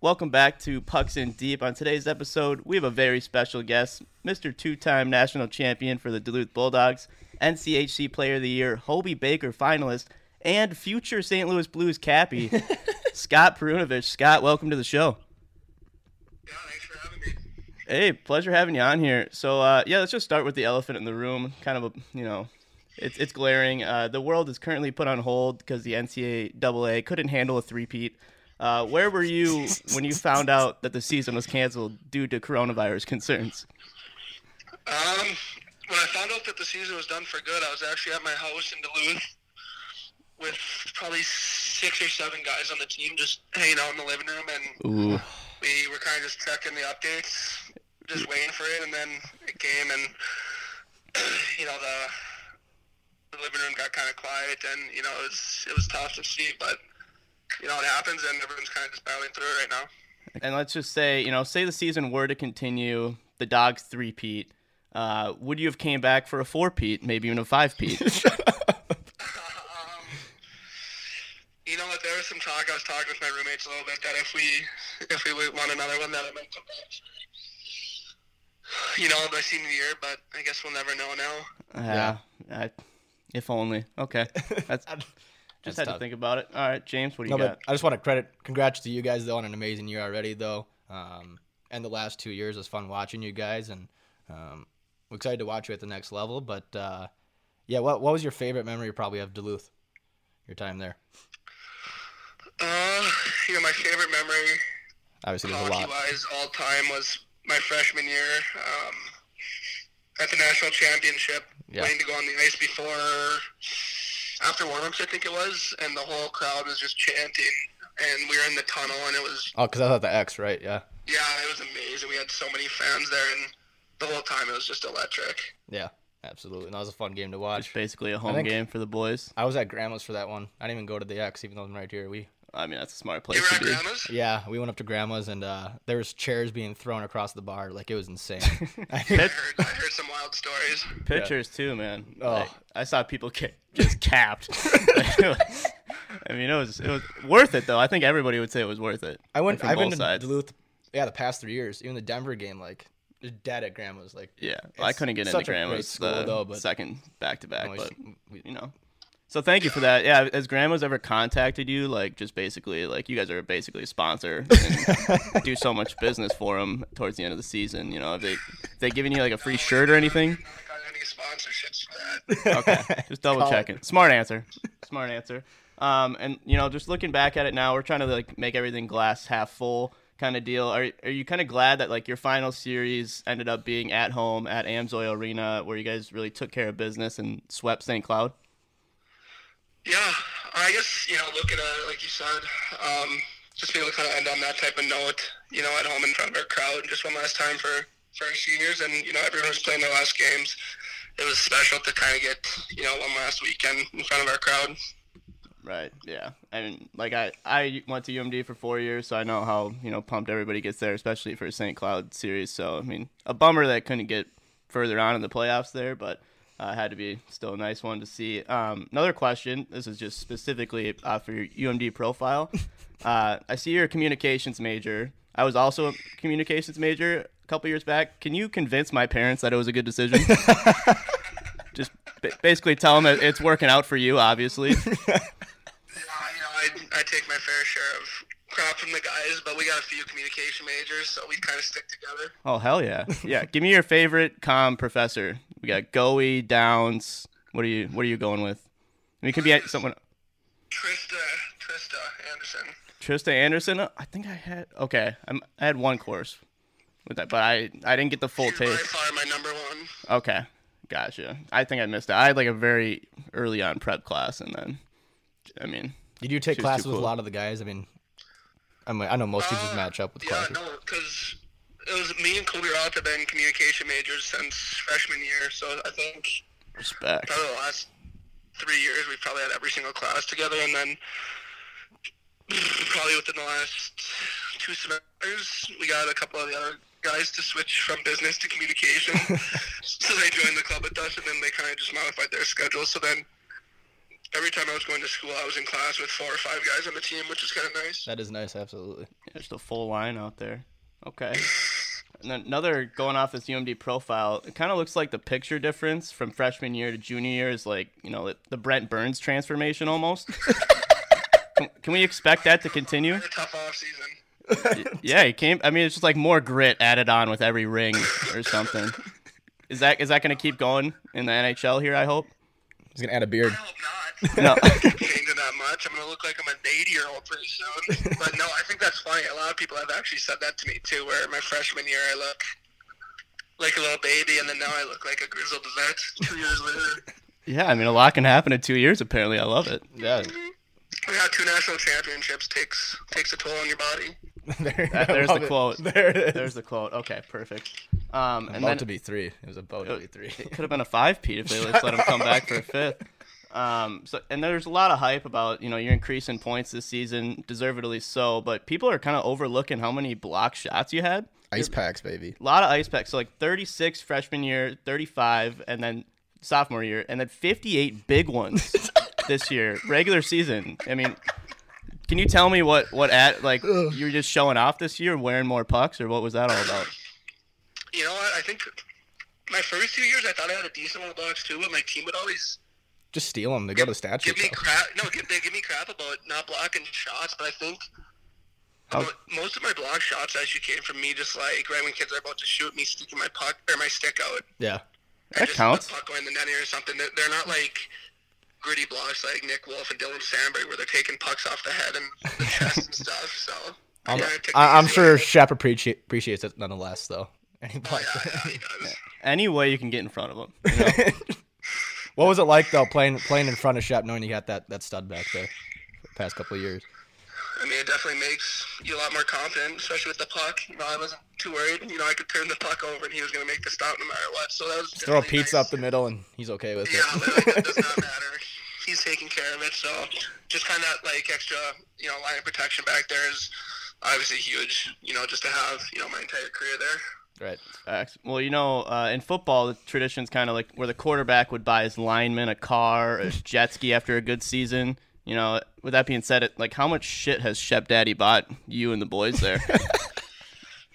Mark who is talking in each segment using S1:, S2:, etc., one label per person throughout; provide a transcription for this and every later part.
S1: Welcome back to Pucks in Deep. On today's episode, we have a very special guest, Mr. Two time national champion for the Duluth Bulldogs, NCHC Player of the Year, Hobie Baker finalist, and future St. Louis Blues Cappy, Scott Perunovich. Scott, welcome to the show.
S2: Yeah, thanks for having me.
S1: Hey, pleasure having you on here. So, uh, yeah, let's just start with the elephant in the room. Kind of a, you know, it's it's glaring. Uh, the world is currently put on hold because the NCAA couldn't handle a threepeat. Uh, where were you when you found out that the season was canceled due to coronavirus concerns?
S2: Um, when I found out that the season was done for good, I was actually at my house in Duluth with probably six or seven guys on the team just hanging out in the living room, and
S1: Ooh,
S2: we were kind of just checking the updates, just waiting for it, and then it came, and you know the the living room got kind of quiet, and you know it was it was tough to see, but you know it happens, and everyone's kind of just battling through it right now.
S1: and let's just say, you know, say the season were to continue, the dogs threepeat. Uh, would you have came back for a four-peat, maybe even a five-peat? Uh,
S2: Um, you know what? There was some talk. I was talking with my roommates a little bit that if we if we would want another one, that it might come back. for, You know, by senior year, but I guess we'll never know now.
S1: yeah. I, if only. Okay. That's,
S3: I-
S1: just
S3: That's
S1: had to
S3: tough.
S1: think about it. All right, James, what do you
S3: No,
S1: got?
S3: but I just want to credit, congrats to you guys though on an amazing year already though. Um, and the last two years was fun watching you guys, and um, we're excited to watch you at the next level. But uh, yeah, what what was your favorite memory probably of Duluth, your time there?
S2: Uh, you know, my favorite memory,
S3: Obviously, there's a lot.
S2: hockey-wise, all time was my freshman year um, at the national championship.
S3: Yeah.
S2: Waiting to go on the ice before after warm-ups, I think it was, and the whole crowd was just chanting. And we were in the tunnel, and it was
S3: Oh, because I thought the X, right? Yeah,
S2: Yeah, it was amazing. We had so many fans there, and the whole time it was just electric.
S3: yeah, absolutely. And that was a fun game to
S1: It's
S3: watch.
S1: basically a home
S3: think-
S1: game for the boys.
S3: I was at grandma's for that one. I didn't even go to the X, even though I'm right here. We
S1: I mean, that's a smart
S2: You
S1: place
S2: were
S1: to
S2: at
S1: be.
S2: Grandma's?
S3: yeah, we went up to grandma's, and uh, there was chairs being thrown across the bar. Like it was insane.
S2: I heard, I heard some wild stories.
S1: Pictures too, man.
S3: Oh.
S1: Like, I saw people get just capped. I mean, it was it was worth it though. I think everybody would say it was worth it.
S3: I went.
S1: From
S3: I've been
S1: both
S3: to
S1: sides.
S3: Duluth. Yeah, the past three years, even the Denver game, like just dead at grandma's. Like
S1: Yeah, Well, I
S3: It's
S1: couldn't get into
S3: such a great
S1: Grandma's
S3: school,
S1: the
S3: though, but-
S1: second back to back,
S3: always-
S1: but
S3: we-
S1: you know. So thank you for that. Yeah, has Grandma's ever contacted you? Like, just basically, like you guys are basically a sponsor and do so much business for them towards the end of the season. You know, have they have they given you like a free shirt or anything?
S2: I got any sponsorships for that.
S1: Okay, just double
S3: Call it.
S1: checking. Smart answer. Smart answer. Um, and you know, just looking back at it now, we're trying to like make everything glass half full kind of deal. Are are you kind of glad that like your final series ended up being at home at Amsoil Arena, where you guys really took care of business and swept St. Cloud?
S2: Yeah, I guess, you know, looking at it, like you said, um, just be able to kind of end on that type of note, you know, at home in front of our crowd, just one last time for, for our seniors, and, you know, everyone was playing their last games. It was special to kind of get, you know, one last weekend in front of our crowd.
S1: Right. Yeah. I mean, like I I went to UMD for four years, so I know how you know pumped everybody gets there, especially for a St. Cloud series. So I mean, a bummer that couldn't get further on in the playoffs there, but uh, had to be still a nice one to see. Um, another question. This is just specifically uh, for your UMD profile. Uh, I see you're a communications major. I was also a communications major a couple years back. Can you convince my parents that it was a good decision? just ba- basically tell them that it's working out for you, obviously.
S2: Uh, you know, I, I take my fair share of crap from the guys, but we got a few communication majors, so we kind of stick together.
S1: Oh hell yeah, yeah! Give me your favorite com professor. We got Goey, Downs. What are you? What are you going with? I mean, it could be someone.
S2: Trista, Trista Anderson.
S1: Trista Anderson. I think I had. Okay, I'm, I had one course with that, but I I didn't get the full
S2: She's by
S1: taste.
S2: far my number one.
S1: Okay, gotcha. I think I missed it. I had like a very early on prep class, and then, I mean,
S3: Did you take
S1: She's too
S3: classes with a
S1: cool.
S3: lot of the guys? I mean, I mean, I know most teachers
S2: Uh,
S3: match up with
S2: Yeah,
S3: classes.
S2: no, because it was me and Kobe Roth have been communication majors since freshman year, so I think
S1: respect.
S2: probably the last three years we've probably had every single class together, and then probably within the last two semesters we got a couple of the other guys to switch from business to communication. so they joined the club with us, and then they kind of just modified their schedule. So then every time I was going to school, I was in class with four or five guys on the team, which is kind of nice.
S3: That is nice, absolutely.
S1: There's the full line out there. Okay. And then another going off this UMD profile, it kind of looks like the picture difference from freshman year to junior year is like, you know, the Brent Burns transformation almost. can, can we expect that to continue?
S2: Had a tough off season.
S1: Yeah, he came. I mean, it's just like more grit added on with every ring or something. Is that is that going to keep going in the NHL here? I hope.
S3: He's gonna add
S2: I
S3: a beard.
S2: hope not.
S1: No.
S2: Changing that much. I'm gonna look like I'm an 80 year old pretty soon. But no, I think that's funny. A lot of people have actually said that to me too. Where my freshman year, I look like a little baby, and then now I look like a grizzled vet. Two years later,
S1: yeah, I mean, a lot can happen in two years. Apparently, I love it.
S3: Yeah.
S2: yeah, two national championships takes takes a toll on your body.
S3: There-
S1: there's the
S3: I love it.
S1: quote.
S3: There it is.
S1: There's the quote. Okay, perfect. Um, and
S3: about
S1: then
S3: to be three. It was about to be three.
S1: It could have been a five Pete if they just let him come back for a fifth. Um, so and there's a lot of hype about you know you're increasing points this season, deservedly so. But people are kind of overlooking how many block shots you had.
S3: Ice packs, baby.
S1: A lot of ice packs. So like 36 freshman year, 35, and then sophomore year, and then 58 big ones this year, regular season. I mean, can you tell me what what at like you were just showing off this year, wearing more pucks, or what was that all about?
S2: you know what? I think my first two years, I thought I had a decent amount of blocks too, but my team would always
S3: Just steal them. They go to the statue.
S2: give me crap. No, give, they give me crap about not blocking shots, but I think
S1: How-
S2: mo- most of my block shots actually came from me just like right when kids are about to shoot me, sticking my puck or my stick out.
S3: Yeah.
S1: That
S2: just
S1: counts.
S2: The puck going in the net or something. They're, they're not like gritty blocks like Nick Wolf and Dylan Sandberg where they're taking pucks off the head and the chest and stuff. So
S3: I'm,
S2: yeah, it took me
S3: I, am
S2: to-
S3: sure Shep appreciate, appreciates it nonetheless, though. Any
S2: Oh,
S3: block-
S2: yeah, yeah, he does.
S1: Any way you can get in front of them. You know?
S3: what was it like though playing playing in front of Shep, knowing you got that, that stud back there? For the past couple of years.
S2: I mean, it definitely makes you a lot more confident, especially with the puck. You know, I wasn't too worried. You know, I could turn the puck over and he was going to make the stop no matter what. So that was
S3: Throw a
S2: definitely
S3: pizza
S2: nice.
S3: up the middle, and he's okay with
S2: Yeah,
S3: it.
S2: literally, that does not matter. He's taking care of it. So just kind of like extra, you know, line of protection back there is obviously huge. You know, just to have you know my entire career there.
S3: right.
S1: Facts. Well, you know, uh, in football, the tradition's kind of like where the quarterback would buy his lineman a car, a jet ski after a good season. You know, with that being said, it, like how much shit has Shep Daddy bought you and the boys there?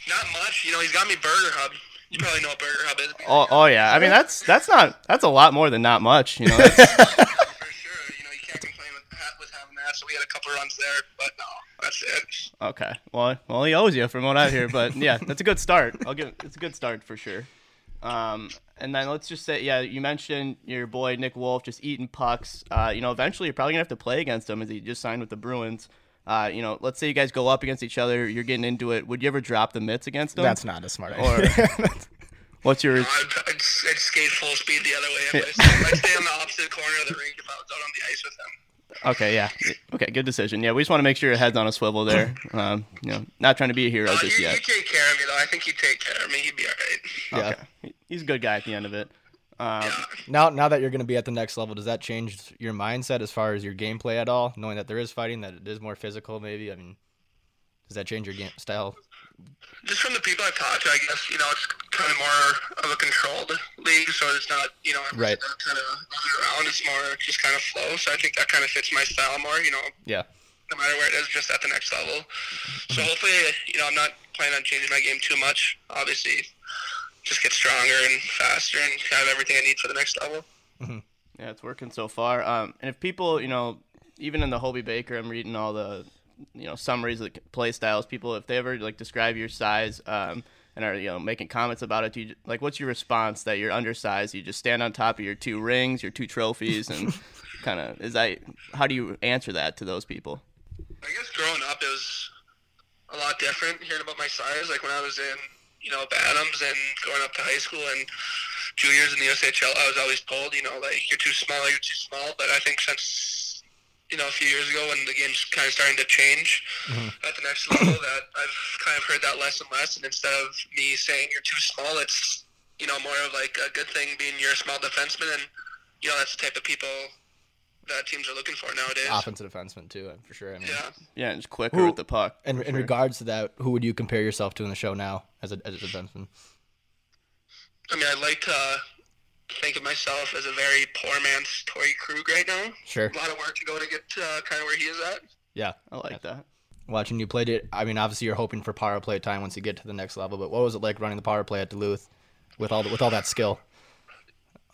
S2: Not much. You know, he's got me Burger Hub. You probably know what Burger Hub is.
S1: oh, oh yeah. I mean, that's that's not that's a lot more than not much. You know, that's,
S2: For sure. You know, you can't complain with, that- with having that. So we had a couple runs there, but no, that's it.
S1: okay. Well, well, he owes you from what I hear, but yeah, that's a good start. I'll give it's a good start for sure. Um, and then let's just say, yeah, you mentioned your boy Nick Wolf just eating pucks. Uh, you know, eventually you're probably gonna have to play against him as he just signed with the Bruins. Uh, you know, let's say you guys go up against each other, you're getting into it. Would you ever drop the mitts against him?
S3: That's not a smart
S1: Or-
S3: idea.
S1: what's your
S2: I'd, I'd, I'd skate full speed the other way. If I, stay, if I stay on the opposite corner of the rink, if I was out on the ice with him.
S1: okay? Yeah, okay, good decision. Yeah, we just want to make sure your head's on a swivel there. Um, you know, not trying to be a hero
S2: Oh,
S1: just
S2: you,
S1: yet.
S2: you take care of me though. I think he'd take care of me. He'd be all right.
S3: yeah.
S1: Okay. He- he's a good guy at the end of it. Um,
S3: Now, now that you're going to be at the next level, does that change your mindset as far as your gameplay at all? Knowing that there is fighting, that it is more physical, maybe. I mean, does that change your game style?
S2: Just from the people I've talked to, I guess you know it's kind of more of a controlled league, so it's not you know
S3: Right.
S2: kind of around. It's more just kind of flow. So I think that kind of fits my style more. You know,
S3: Yeah.
S2: no matter where it is, just at the next level. So hopefully, you know, I'm not planning on changing my game too much. Obviously, just get stronger and faster and have everything I need for the next level.
S1: Yeah, it's working so far. Um, and if people, you know, even in the Hobie Baker, I'm reading all the, you know, summaries of the play styles. People, if they ever like describe your size, um, and are you know making comments about it, do you like what's your response that you're undersized? You just stand on top of your two rings, your two trophies, and kind of is that how do you answer that to those people?
S2: I guess growing up it was a lot different hearing about my size. Like when I was in, you know, Adams and going up to high school and juniors in the USHL, I was always told, you know, like you're too small, you're too small. But I think since you know a few years ago when the game's kind of starting to change at the next level, that I've kind of heard that less and less. And instead of me saying you're too small, it's you know more of like a good thing being you're a small defenseman, and you know that's the type of people that teams are looking for nowadays.
S3: Offensive defenseman too, uh, for sure. I mean,
S2: Yeah.
S1: Yeah, and just quicker
S3: Who-
S1: with the puck.
S3: and in regards to that, who would you compare yourself to in the show now as a as a defenseman?
S2: I mean, I liked uh, think of myself as a very poor man's Tory Krug right now.
S3: Sure.
S2: A lot of work to go to get uh, kind of where he is at.
S3: Yeah.
S1: I like that.
S3: Watching you play it, I mean, obviously you're hoping for power play time once you get to the next level. But what was it like running the power play at Duluth with all the, with all that skill?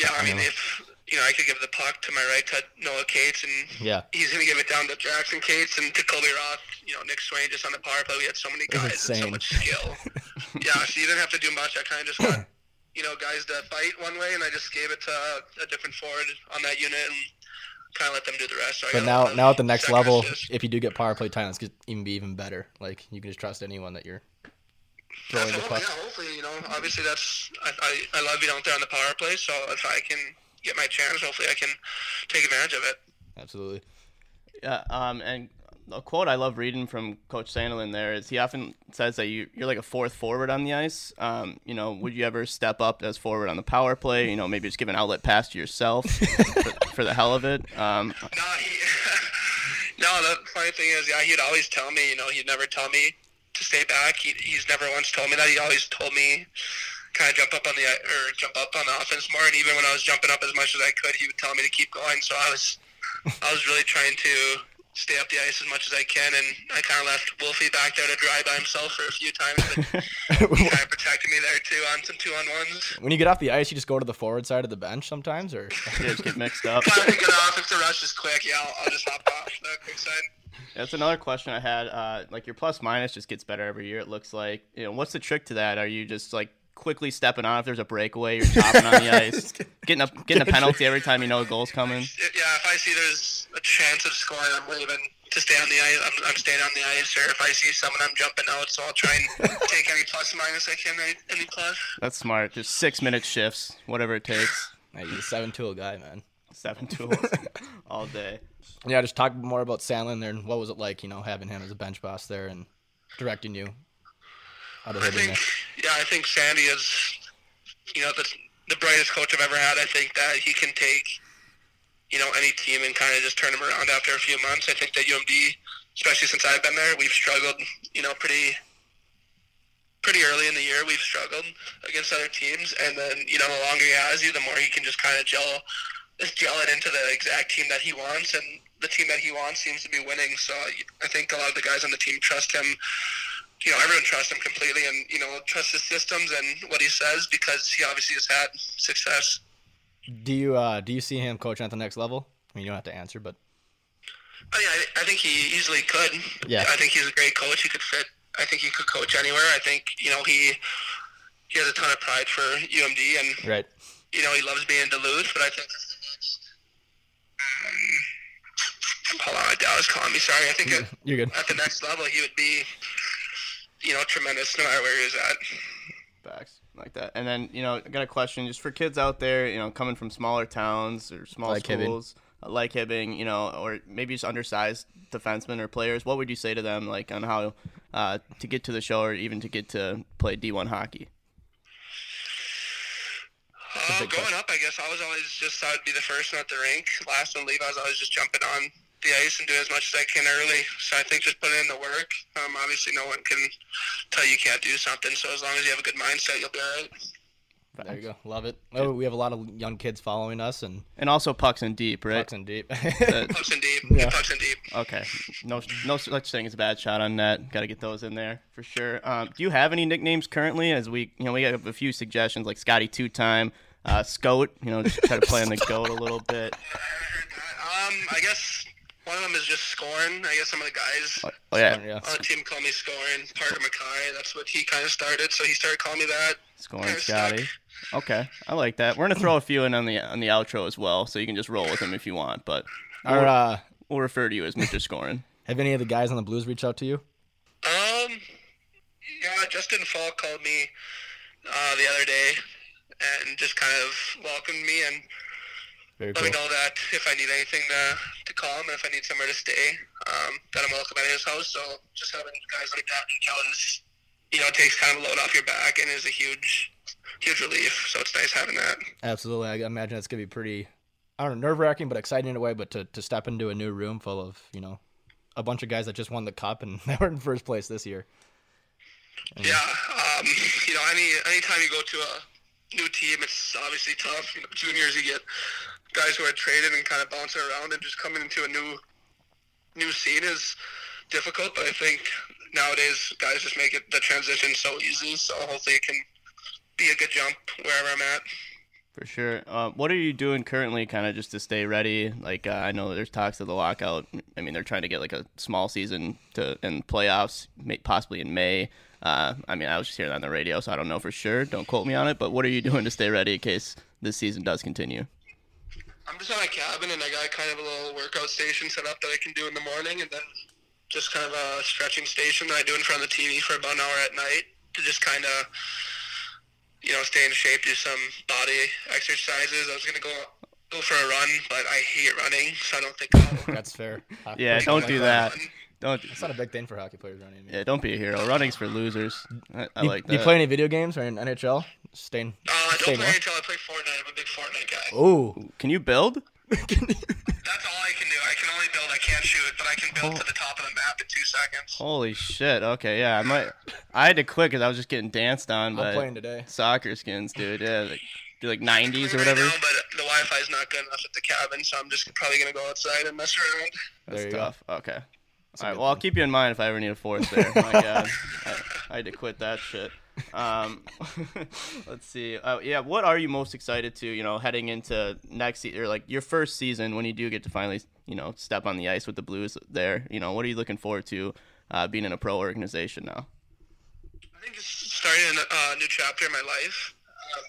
S2: Yeah, I mean,
S3: Yeah.
S2: if you know, I could give the puck to my right to Noah Cates, and
S3: Yeah.
S2: he's going to give it down to Jackson Cates and to Colby Roth. You know, Nick Swain just on the power play. We had so many
S3: That's
S2: guys and so
S3: insane.
S2: much skill. yeah, so you didn't have to do much. I kind of just got you know guys to fight one way, and I just gave it to uh, a different forward on that unit and kind of let them do the rest. So I
S3: But
S2: got
S3: now
S2: a
S3: now at the next
S2: second
S3: level,
S2: assist.
S3: if you do get power play time, it's gonna even be even better. Like you can just trust anyone that you're
S2: That's
S3: throwing the
S2: hope-
S3: puck.
S2: Yeah, hopefully, you know, obviously that's I, I, I love being out there on the power play. So if I can get my chance, hopefully I can take advantage of it.
S3: Absolutely.
S1: Yeah, um, and a quote I love reading from Coach Sandelin there is he often says that you, you're like a fourth forward on the ice. Um, you know, would you ever step up as forward on the power play? You know, maybe just give an outlet pass to yourself for, for the hell of it. Um,
S2: No, he, no. The funny thing is, yeah, he'd always tell me. You know, he'd never tell me to stay back. He, he's never once told me that. He always told me kind of jump up on the or jump up on the offense more. And even when I was jumping up as much as I could, he would tell me to keep going. So I was, I was really trying to stay up the ice as much as I can. And I kind of left Wolfie back there to dry by himself for a few times, but he kind of protected me there too on some two on ones.
S3: when you get off the ice, you just go to the forward side of the bench sometimes, or
S1: they just get mixed up.
S2: If I to get off, if the rush is quick, yeah, I'll, I'll just hop off the quick side.
S1: That's another question I had. Uh, like your plus minus just gets better every year. It looks like. You know, what's the trick to that? Are you just like quickly stepping on if there's a breakaway? You're topping on the ice, getting a getting a penalty every time you know a goal's coming.
S2: yeah, if I see there's a chance of scoring, I'm leaving to stay on the ice. I'm, I'm staying on the ice, or if I see someone, I'm jumping out. So I'll try and take any plus minus I can, any, any plus.
S1: That's smart. Just six minute shifts, whatever it takes.
S3: Hey, he's a seven tool guy, man.
S1: Seven tools all day.
S3: Yeah, just talk more about Sandlin there and what was it like, you know, having him as a bench boss there and directing you out of
S2: I
S3: hitting
S2: think, yeah, I think Sandy is, you know, the the brightest coach I've ever had. I think that he can take, you know, any team and kind of just turn them around after a few months. I think that UMD, especially since I've been there, we've struggled, you know, pretty pretty early in the year. We've struggled against other teams, and then you know, the longer he has you, the more he can just kind of gel just gel it into the exact team that he wants and. The team that he wants seems to be winning, so I think a lot of the guys on the team trust him you know, everyone trusts him completely and, you know, trusts his systems and what he says because he obviously has had success.
S3: Do you uh do you see him coaching at the next level? I mean you don't have to answer, but
S2: I, mean, Oh, I, I think he easily could.
S3: Yeah.
S2: I think he's a great coach. He could fit. I think he could coach anywhere. I think, you know, he he has a ton of pride for UMD and,
S3: right.
S2: you know, he loves being in Duluth, but I think. Um, hold on, Dallas calling me. Sorry. I think at,
S3: You're good.
S2: at the next level, he would be, you know, tremendous no matter where he was at.
S1: Facts like that. And then you know, I got a question just for kids out there. You know, coming from smaller towns or small
S3: Like Hibbing.
S1: schools, uh, like Hibbing, you know, or maybe just undersized defensemen or players. What would you say to them, like on how uh, to get to the show or even to get to play D1 hockey?
S2: Uh, growing up, I guess I was always just thought I'd be the first one at the rink, last one to leave. I was always just jumping on the ice and doing as much as I can early. So I think just putting in the work. Um, obviously, no one can tell you can't do something. So as long as you have a good mindset, you'll be all right.
S3: There you go. Love it. Oh, we have a lot of young kids following us and
S1: And also pucks and deep, right?
S3: pucks and deep.
S2: Pucks and deep.
S3: Yeah.
S2: Yeah. Pucks and deep.
S1: Okay, no, no such thing as a bad shot on net. Got to get those in there for sure. Um, do you have any nicknames currently? As we, you know, we got a few suggestions like Scotty Two Time, uh, Scoat. You know, just try to play on the goat a little bit.
S2: Um, I guess one of them is just scoring. I guess some of the guys
S1: Oh yeah,
S3: yeah.
S2: on the team call me scoring. Parker Mackay. That's what he kind of started. So he started calling me that.
S1: scoring
S2: Kinda
S1: Scotty. Okay, I like that. We're gonna throw a few in on the on the outro as well, so you can just roll with them if you want. But
S3: Are uh
S1: we'll refer to you as Mr. Scoring.
S3: have any of the guys on the blues reached out to you?
S2: Um, yeah, Justin Fall called me uh, the other day and just kind of welcomed me and
S3: Very
S2: let
S3: cool.
S2: me know that if I need anything to, to call him, if I need somewhere to stay, um, that I'm welcome at his house. So just having guys like that reach out is, you know, it takes kind of a load off your back and is a huge, huge relief. So it's nice having that.
S3: Absolutely. I imagine it's gonna be pretty I don't know, nerve wracking but exciting in a way, but to, to step into a new room full of, you know, a bunch of guys that just won the cup and they were in first place this year.
S2: Yeah, um, you know, any anytime you go to a new team. It's obviously tough. You know, juniors, you get guys who are traded and kind of bouncing around, and just coming into a new new scene is difficult. But I think nowadays guys just make it the transition so easy. So hopefully it can be a good jump wherever I'm at.
S1: For sure. Uh, what are you doing currently, kind of just to stay ready? Like uh, I know there's talks of the lockout. I mean, they're trying to get like a small season to and playoffs, may, possibly in May. Uh, I mean, I was just hearing that on the radio, so I don't know for sure. Don't quote me on it. But what are you doing to stay ready in case this season does continue?
S2: I'm just in my cabin, and I got kind of a little workout station set up that I can do in the morning, and then just kind of a stretching station that I do in front of the TV for about an hour at night to just kind of you know, stay in shape, do some body exercises. I was gonna go go for a run, but I hate running, so I don't think I'll.
S3: That's fair. Hockey
S1: Yeah,
S3: players
S1: don't
S3: like
S1: do that. Don't.
S3: That's not a big thing for hockey players running.
S1: Yeah, don't be a hero. Running's for losers. I, I
S3: you,
S1: like that.
S3: you play any video games or in NHL? Staying.
S2: Uh, I
S3: Stay
S2: don't play
S3: more.
S2: until I play Fortnite. I'm a big Fortnite guy.
S3: Oh.
S1: Can you build?
S2: That's all I can do. I can only build. I can't shoot, but I can build to the top of the map in two seconds.
S1: Holy shit. Okay, yeah. I might. I had to quit because I was just getting danced on
S3: I'm playing
S1: by
S3: today.
S1: soccer skins, dude. Yeah, like do like
S2: Clean
S1: 90s or
S2: right
S1: whatever.
S2: now, but the Wi-Fi is not good enough at the cabin, so I'm just probably gonna go outside and mess around.
S1: That's
S3: There you go.
S1: tough. Okay.
S3: a
S1: All right.
S3: good
S1: Well, I'll keep you in mind if I ever need a fourth there. My God, I, I had to quit that shit. Um, let's see. Uh, yeah, what are you most excited to? You know, heading into next se- or like your first season when you do get to finally, you know, step on the ice with the Blues. There, you know, what are you looking forward to? Uh, being in a pro organization now.
S2: I think just starting a uh, new chapter in my life. Um,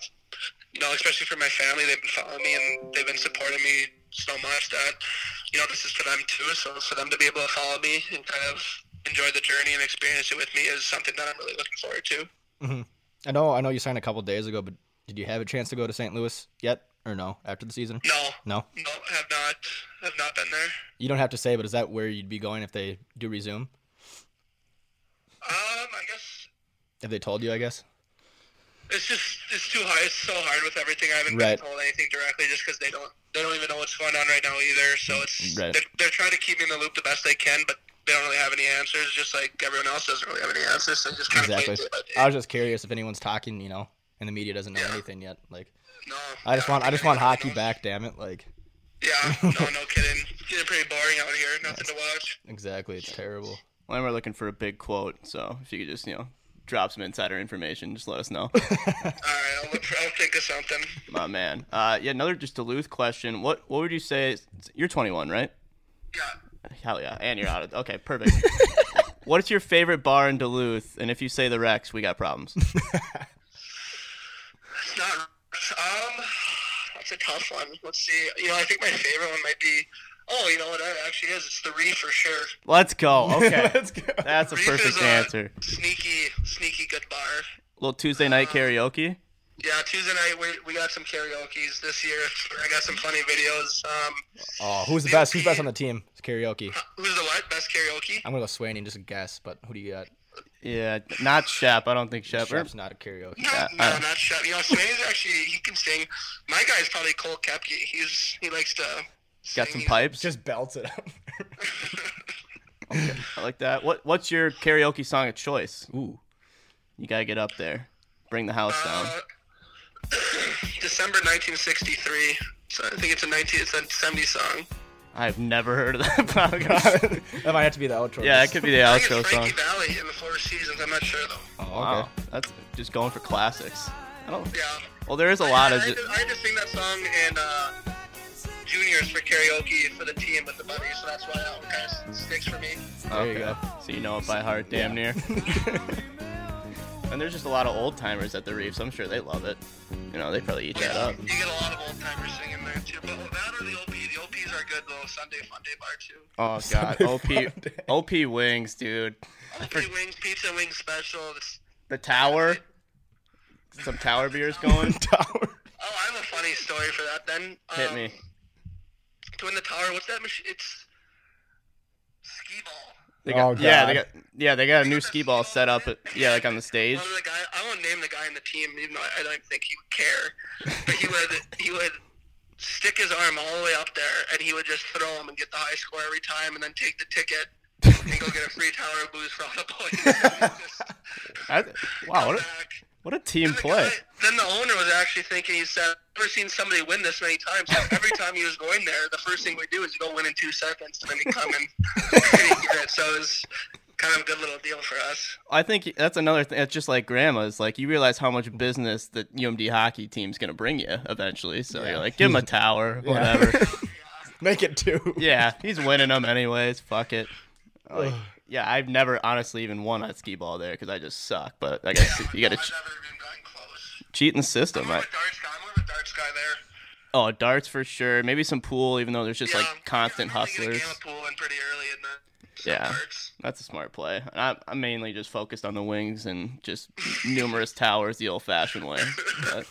S2: you know, especially for my family, they've been following me and they've been supporting me so much that you know this is for them too. So for them to be able to follow me and kind of enjoy the journey and experience it with me is something that I'm really looking forward to.
S3: I know. I know you signed a couple days ago, but did you have a chance to go to St. Louis yet, or no? After the season?
S2: No,
S3: No.
S2: no, have not, have not been there.
S3: You don't have to say, but is that where you'd be going if they do resume?
S2: Um, I guess
S3: If they told you, I guess.
S2: it's just it's too hard. It's so hard with everything. I haven't
S3: Right.
S2: been told anything directly just because they don't they don't even know what's going on right now either. So it's
S3: Right.
S2: they're, they're trying to keep me in the loop the best they can, but they don't really have any answers. Just like everyone else doesn't really have any answers. So just kind
S3: Exactly.
S2: of play it day by day.
S3: I was just curious if anyone's talking, you know, and the media doesn't know anything yet. Like,
S2: no,
S3: I just
S2: yeah,
S3: want, I just want
S2: don't
S3: hockey
S2: know.
S3: back. Damn it! Like,
S2: Yeah, no, no kidding. It's getting pretty boring out here. Nothing to watch.
S3: exactly. It's terrible.
S1: Well, we're looking for a big quote, so if you could just you know drop some insider information, just let us know.
S2: All right, I'll, look for, I'll think of something.
S1: My man. Uh, yeah, another just Duluth question. What what would you say? You're 21, right?
S2: Yeah.
S1: Hell yeah, and you're out of okay, perfect. What's your favorite bar in Duluth? And if you say the Rex, we got problems.
S2: It's not. Um, that's a tough one. Let's see. You know, I think my favorite one might be. Oh, you know what? It actually is. It's the Reef for sure.
S1: Let's go. Okay,
S3: Let's go.
S1: that's a
S2: Reef
S1: perfect
S2: is a
S1: answer.
S2: Sneaky, sneaky good bar.
S1: Little Tuesday night karaoke.
S2: Yeah, Tuesday night we, we got some karaoke's this year. I got some funny videos. Um,
S3: Oh, who's the
S2: Yeah,
S3: best? Who's best
S2: yeah.
S3: on the team? It's karaoke.
S2: who's the what? Best karaoke?
S1: Uh,
S3: I'm gonna go Swain and just guess, but who do you got?
S1: Yeah, not Shep. I don't think Shep. or-
S3: Shep's not a karaoke.
S2: No,
S1: Uh,
S2: no,
S1: uh.
S2: not Shep. You know, Swain's actually he can sing. My guy's probably Cole Kepke. He's he likes to.
S1: Got some
S2: sing.
S1: pipes.
S3: Just belts it out.
S1: I like that. What what's your karaoke song of choice?
S3: Ooh.
S1: You gotta get up there. Bring the house down.
S2: Uh, December 1963. So I think it's a 19. It's a 70s song.
S1: I've never heard of that. podcast.
S3: that might have to be the outro.
S1: yeah, it could be the
S2: I think
S1: outro
S2: it's
S1: song.
S2: Frankie Valley in the Four Seasons. I'm not sure though.
S3: Oh, okay.
S1: Wow, that's just going for classics. I don't.
S2: Yeah.
S1: Well, there is a lot
S2: I,
S1: of.
S2: I, had to- I had to sing that song in uh, juniors for karaoke for the team with the buddies, so that's why that one kind of sticks for me.
S3: There you
S1: Okay.
S3: go.
S1: So you know it by heart, damn
S3: Yeah.
S1: near. and there's just a lot of old timers at the reef, so I'm sure they love it. You know, they probably eat that up.
S2: You get a lot of old timers singing there too, but that or the OP. The OPs are good though. Sunday Fun Day Bar too.
S1: Oh god,
S3: Sunday
S1: OP,
S3: fun day.
S1: OP wings, dude.
S2: Free wings, pizza and wings special. It's,
S1: The tower, some tower beers going.
S2: oh,
S3: Tower.
S2: I have a funny story for that. Then um,
S1: Hit me.
S2: To win the tower, what's that machine? It's skee ball.
S1: They got,
S3: Oh,
S1: yeah, they got
S3: God.
S1: yeah they got a new ski ball set up. At, yeah, like on the stage.
S2: One of the guy, I won't name the guy in the team, even though I don't think he would care. But he would, he would stick his arm all the way up there, and he would just throw him and get the high score every time, and then take the ticket and go get a free Tower of Blues for all the boys. Just
S1: I, wow,
S2: come
S1: what a,
S2: back.
S1: what a team
S2: The
S1: play.
S2: guy- then the owner was actually thinking, he said, I've never seen somebody win this many times. So every time he was going there, the first thing we do is go win in two seconds, and then he come and, and he'd get it. So it was kind of a good little deal for us.
S1: I think that's another thing. It's just like grandma's. Like you realize how much business the UMD hockey team's gonna bring you eventually. So
S3: Yeah.
S1: you're like, give him a tower,
S3: Yeah.
S1: whatever.
S3: Make it two.
S1: yeah, he's winning them anyways. Fuck it. Like, yeah, I've never honestly even won at skee ball there because I just suck. But I guess you got to
S2: I've
S1: ch-
S2: never even gotten close.
S1: cheat in the
S2: I'm
S1: system.
S2: more
S1: I,
S2: of a darts guy. I'm more of a darts guy there.
S1: oh, darts for sure. Maybe some pool, even though there's just
S2: Yeah,
S1: like constant
S2: I'm really good at
S1: hustlers.
S2: game of pool and pretty early in the so
S1: Yeah.
S2: darts.
S1: That's a smart play. And I, I'm mainly just focused on the wings and just numerous towers the old-fashioned way. But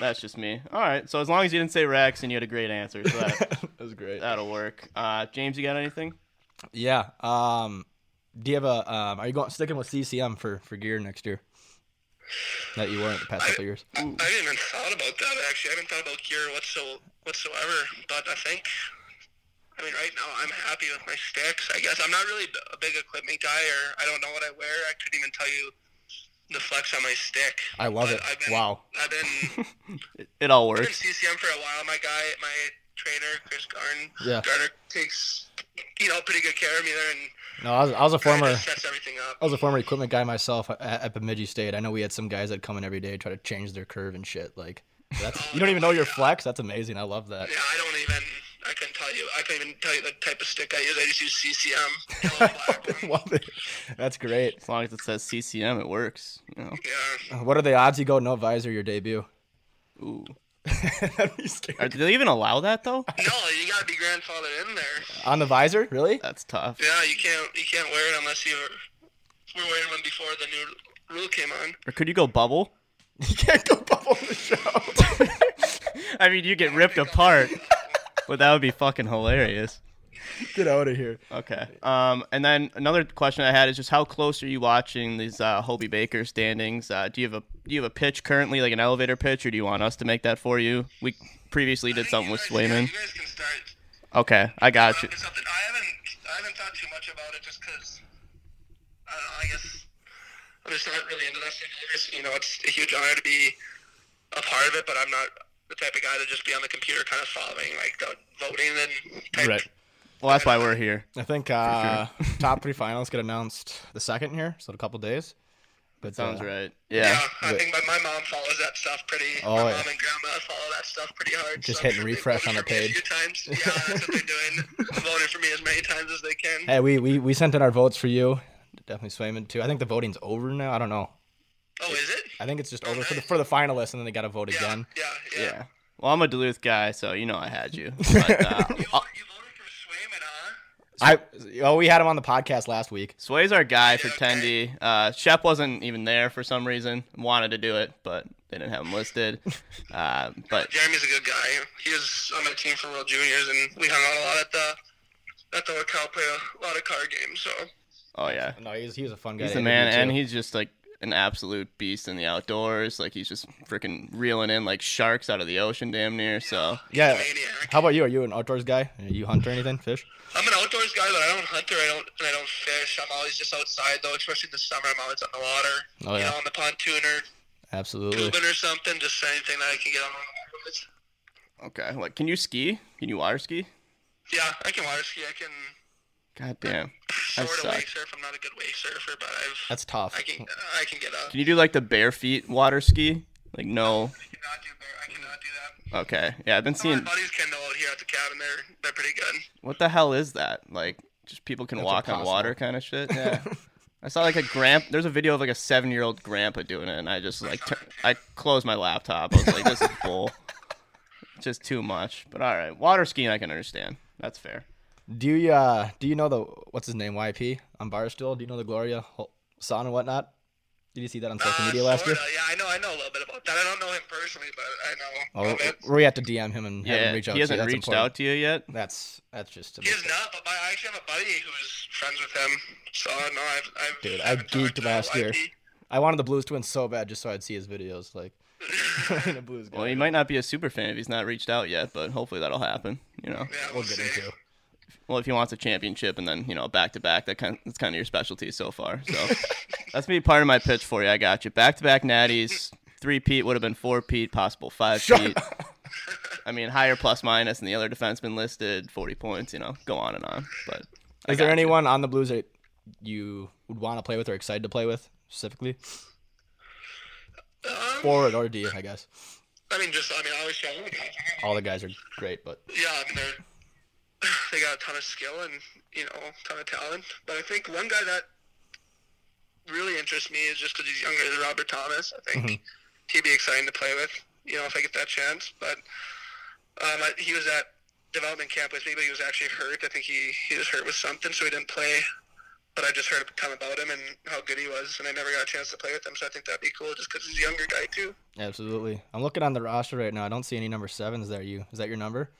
S1: that's just me. All right. So as long as you didn't say Rex and you had a great answer, so that,
S3: that was great.
S1: that'll work. Uh, James, you got anything?
S3: Yeah. Um, do you have a? Um, are you going sticking with CCM for for gear next year? That you weren't the past couple years.
S2: I haven't even thought about that actually. I haven't thought about gear whatso- whatsoever. But I think, I mean, right now I'm happy with my sticks. I guess I'm not really a big equipment guy, or I don't know what I wear. I couldn't even tell you the flex on my stick.
S3: I love
S2: But
S3: it.
S2: I've been-
S3: Wow.
S2: I've been,
S1: It, it all
S2: been
S1: works.
S2: CCM for a while. My guy, my trainer, Chris Garn,
S3: Yeah.
S2: Garner takes you know pretty good care of me there and
S3: No, I was, I was a
S2: kinda
S3: former.
S2: just sets everything up.
S3: I was a former equipment guy myself at, at Bemidji State. I know we had some guys that come in every day try to change their curve and shit. Like that's you don't even know your flex. That's amazing. I love that.
S2: Yeah, I don't even. I can tell you. I can't even tell you the type of stick I use. I just use CCM. yellow, black one.
S3: love it. That's great.
S1: As long as it says CCM, it works. You know.
S2: Yeah.
S3: What are the odds you go no visor your debut?
S1: Ooh.
S3: That'd be
S1: Are,
S3: scary.
S1: do they even allow that though?
S2: No, you gotta be grandfathered in there.
S3: On the visor, really?
S1: That's tough.
S2: Yeah, you can't. You can't wear it unless you were wearing one before the new rule came on.
S1: Or could you go bubble?
S3: You can't go bubble in the show.
S1: I mean, you get ripped apart, but that would be fucking hilarious.
S3: Get out of here.
S1: Okay. Um, and then another question I had is just how close are you watching these uh, Hobie Baker standings? Uh, do you have a do you have a pitch currently, like an elevator pitch, or do you want us to make that for you? We previously did something with
S2: You guys- yeah,
S1: Swayman.
S2: You guys can start.
S1: Okay, I got you.
S2: uh, something. I haven't. I haven't thought too much about it just because. I don't know. I guess I'm just not really into that stuff. I guess, You know, it's a huge honor to be a part of it, but I'm not the type of guy to just be on the computer, kind of following like the voting and type.
S3: Right.
S1: Well, that's why we're here.
S3: I think uh, top three finals get announced the second here, so in a couple days. But,
S1: Sounds
S3: uh,
S1: right.
S2: Yeah,
S1: Yeah.
S2: I
S3: but-
S2: think my, my mom follows that stuff pretty. my
S3: Oh, yeah.
S2: mom and grandma follow that stuff pretty hard.
S3: Just
S2: so I'm
S3: hitting
S2: sure they
S3: refresh on
S2: voted
S3: the
S2: for me a
S3: page.
S2: few times. Yeah, that's what they're doing. Voting for me as many times as they can.
S3: Hey, we, we, we sent in our votes for you. Definitely Swayman too. I think the voting's over now. I don't know.
S2: Oh, is it?
S3: I think it's just over for the for the finalists, and then they got to vote
S2: Yeah,
S3: again.
S2: yeah, yeah.
S1: Yeah. Well, I'm a Duluth guy, so you know I had you. But, uh,
S2: You, vo- you voted for Swayman, huh?
S3: I oh, we had him on the podcast last week.
S1: Sway's our guy for
S2: Yeah,
S1: 10D. Uh, Shep wasn't even there for some reason. Wanted to do it, but they didn't have him listed. Uh, but
S2: Jeremy's a good guy. He was on my team for World Juniors, and we hung out a lot at the at the locale, play a lot of card games. So
S1: oh yeah,
S3: No, he's he was a fun guy.
S1: he's
S3: to
S1: the man,
S3: interview,
S1: and
S3: too.
S1: he's just like an absolute beast in the outdoors. Like he's just freaking reeling in like sharks out of the ocean, damn near. So
S3: yeah.
S2: maniac.
S3: How about you? Are you an outdoors guy? Are you hunt or anything? Fish?
S2: I'm an outdoors guy, but I don't hunt or I don't and I don't fish. I'm always just outside though, especially in the summer. I'm always on the water,
S3: Oh,
S2: you
S3: yeah.
S2: know, on the pontoon or
S3: Absolutely.
S2: tubing or something, just anything that I can get on.
S1: okay, like can you ski? Can you water ski?
S2: Yeah, I can water ski. I can
S1: God damn,
S2: sort of wake
S1: sucks.
S2: surf. I'm not a good wake surfer, but I've
S3: That's tough.
S2: I can I can get up.
S1: can you do like the bare feet water ski? Like no.
S2: I cannot do bear. I cannot do that.
S1: Okay, yeah, I've been
S2: My
S1: seeing
S2: buddies can know out here at the cabin. They're they're pretty good.
S1: what the hell is that? Like just people can walk on
S3: impossible.
S1: water kind of shit. Yeah. I saw like a grand. There's a video of like a seven year old grandpa doing it, and I just like tur- I closed my laptop. I was like, this is bull. Just too much. But all right, water skiing I can understand. That's fair.
S3: Do you uh do you know the what's his name YP on Barstool? Do you know the Gloria Hol- son and whatnot? Did you see that on social
S2: Uh,
S3: media last year?
S2: sorta, Yeah, I know. I know a little bit about that. I don't know him personally, but I know.
S3: Oh,
S2: of it.
S3: we have to DM him and have
S1: Yeah,
S3: him reach out.
S1: he
S3: to you.
S1: hasn't
S3: That's
S1: reached
S3: important.
S1: out to you yet.
S3: That's that's just.
S2: He is not, but my, I actually have a buddy who's friends with him. So I know I've. I've
S3: Dude, I
S2: haven't
S3: geeked
S2: talked to
S3: last
S2: him.
S3: year. I wanted the Blues twins so bad just so I'd see his videos. Like, a Blues guy.
S1: Well, he might not be a super fan if he's not reached out yet, but hopefully that'll happen. You know,
S2: Yeah, we'll
S3: we'll get
S2: see.
S3: into.
S1: well, if he wants a championship and then you know back to back, that kind that's kind of your specialty so far. So that's me part of my pitch for you. I got you back to back natties, three Pete would have been four Pete, possible five Pete. I mean, higher plus minus, and the other defenseman listed forty points. You know, go on and on. But I
S3: Is
S1: got
S3: there
S1: you.
S3: anyone on the Blues that you would want to play with or excited to play with specifically?
S2: Um,
S3: Forward or D, I guess.
S2: I mean, just I mean, obviously, I like
S3: All the guys are great, but
S2: yeah, I mean, they're they got a ton of skill and you know, a ton of talent. But I think one guy that really interests me is just because he's younger is Robert Thomas. I think he'd be exciting to play with. You know, if I get that chance. But um, I, he was at development camp with me, but he was actually hurt. I think he he was hurt with something, so he didn't play. But I just heard a ton about him and how good he was, and I never got a chance to play with him. So I think that'd be cool, just because he's a younger guy too.
S3: absolutely. I'm looking on the roster right now. I don't see any number sevens there. You is that your number?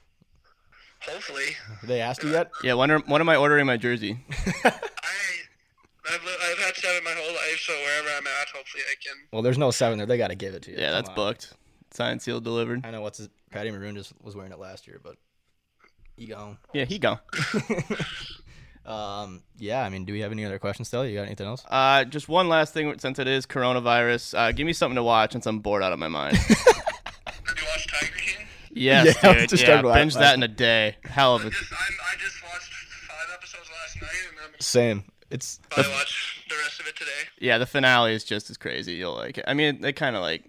S2: Hopefully,
S3: Have they asked you yet?
S1: Yeah, when, are, when am I ordering my jersey?
S2: I, I've, li- I've had seven my whole life, so wherever I'm at, hopefully I can.
S3: Well, there's no seven there. They got to give it to you.
S1: Yeah,
S3: Come
S1: that's
S3: on.
S1: booked. Signed, sealed, delivered.
S3: I know what's his, Patty Maroon just was wearing it last year, but you go.
S1: Yeah, he gone.
S3: Um, yeah, I mean, do we have any other questions still? You got anything else?
S1: Uh, just one last thing, since it is coronavirus, uh, give me something to watch since I'm bored out of my mind.
S2: Did you watch Tiger King?
S1: Yes,
S3: Yeah, I was
S1: dude.
S3: just
S1: Yeah,
S3: talking about
S1: binge
S3: that.
S1: that in a day. Hell of a.
S2: Just, I'm, I just watched five episodes last night, and I'm gonna
S3: Same. It's
S2: probably watch the rest of it today.
S1: Yeah, the finale is just as crazy. You'll like it. I mean, they kind of like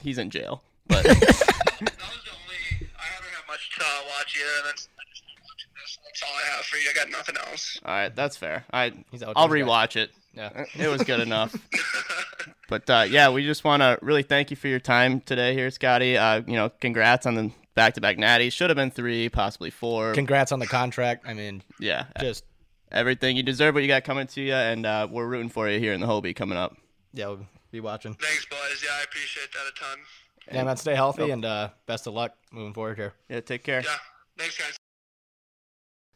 S1: he's in jail, but
S2: That was the only. I haven't had much to uh, watch yet, and that's, I just been watching this. That's all I have for you. I got nothing else.
S1: all right, that's fair. I
S3: He's out
S1: I'll
S3: those guys.
S1: rewatch it.
S3: yeah.
S1: It was good enough. But uh, yeah, we just want to really thank you for your time today here, Scotty. Uh, you know, congrats on the back-to-back natty. Should have been three, possibly four.
S3: Congrats on the contract. I mean,
S1: yeah,
S3: just
S1: everything you deserve. What you got coming to you, and uh, we're rooting for you here in the Hobie coming up.
S3: yeah, we'll be watching.
S2: Thanks, boys. Yeah, I appreciate that a ton.
S3: Yeah, man, stay healthy and uh, best of luck moving forward here.
S1: Yeah, take care.
S2: Yeah. Thanks, guys.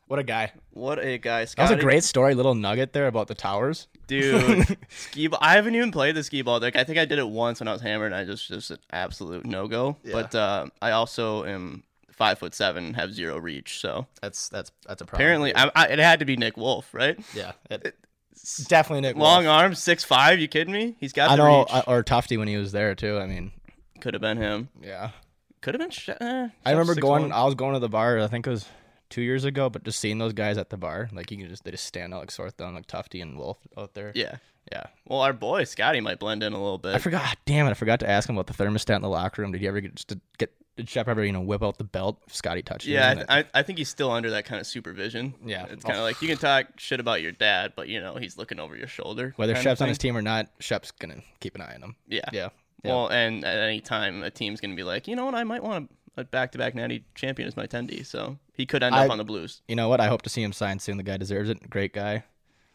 S3: What a guy!
S1: What a guy, Scotty.
S3: That was a great story, little nugget there about the towers.
S1: dude. ski ball. I haven't even played the skee ball deck. I think I did it once when I was hammered. and I just just an absolute no go. But uh, I also am five foot seven, and have zero reach. So
S3: That's that's that's a problem.
S1: apparently, I, I, it had to be Nick Wolf, right?
S3: yeah, it, definitely Nick.
S1: Long
S3: Wolf.
S1: arms, six five. You kidding me? He's got
S3: I
S1: the
S3: know,
S1: reach.
S3: I- uh, or Tufty when he was there too. I mean,
S1: Could have been him.
S3: yeah.
S1: Could have been. Sh- eh,
S3: I remember
S1: 6'1".
S3: going. I was going to the bar. I think it was two years ago, but just seeing those guys at the bar, like you can just they just stand out like Sorthon, like Tufty and Wolf out there.
S1: Yeah.
S3: yeah.
S1: Well, our boy Scotty might blend in a little
S3: I
S1: bit.
S3: forgot. ah, Damn it! I forgot to ask him about the thermostat in the locker room. Did you ever get just to get? Did Shep ever you know whip out the belt? if Scotty touched. you,
S1: yeah, I,
S3: isn't
S1: th-
S3: it?
S1: I, I think he's still under that kind of supervision.
S3: Yeah.
S1: it's kind of like you can talk shit about your dad, but you know he's looking over your shoulder.
S3: Whether
S1: kind of
S3: Shep's on
S1: thing.
S3: his team or not, Shep's gonna keep an eye on him.
S1: yeah,
S3: Yeah. Yeah.
S1: Well, and at any time, a team's going to be like, you know what, I might want a back-to-back natty champion as my attendee. So he could end
S3: I-
S1: up on the Blues.
S3: You know what? I hope to see him sign soon. The guy deserves it. Great guy.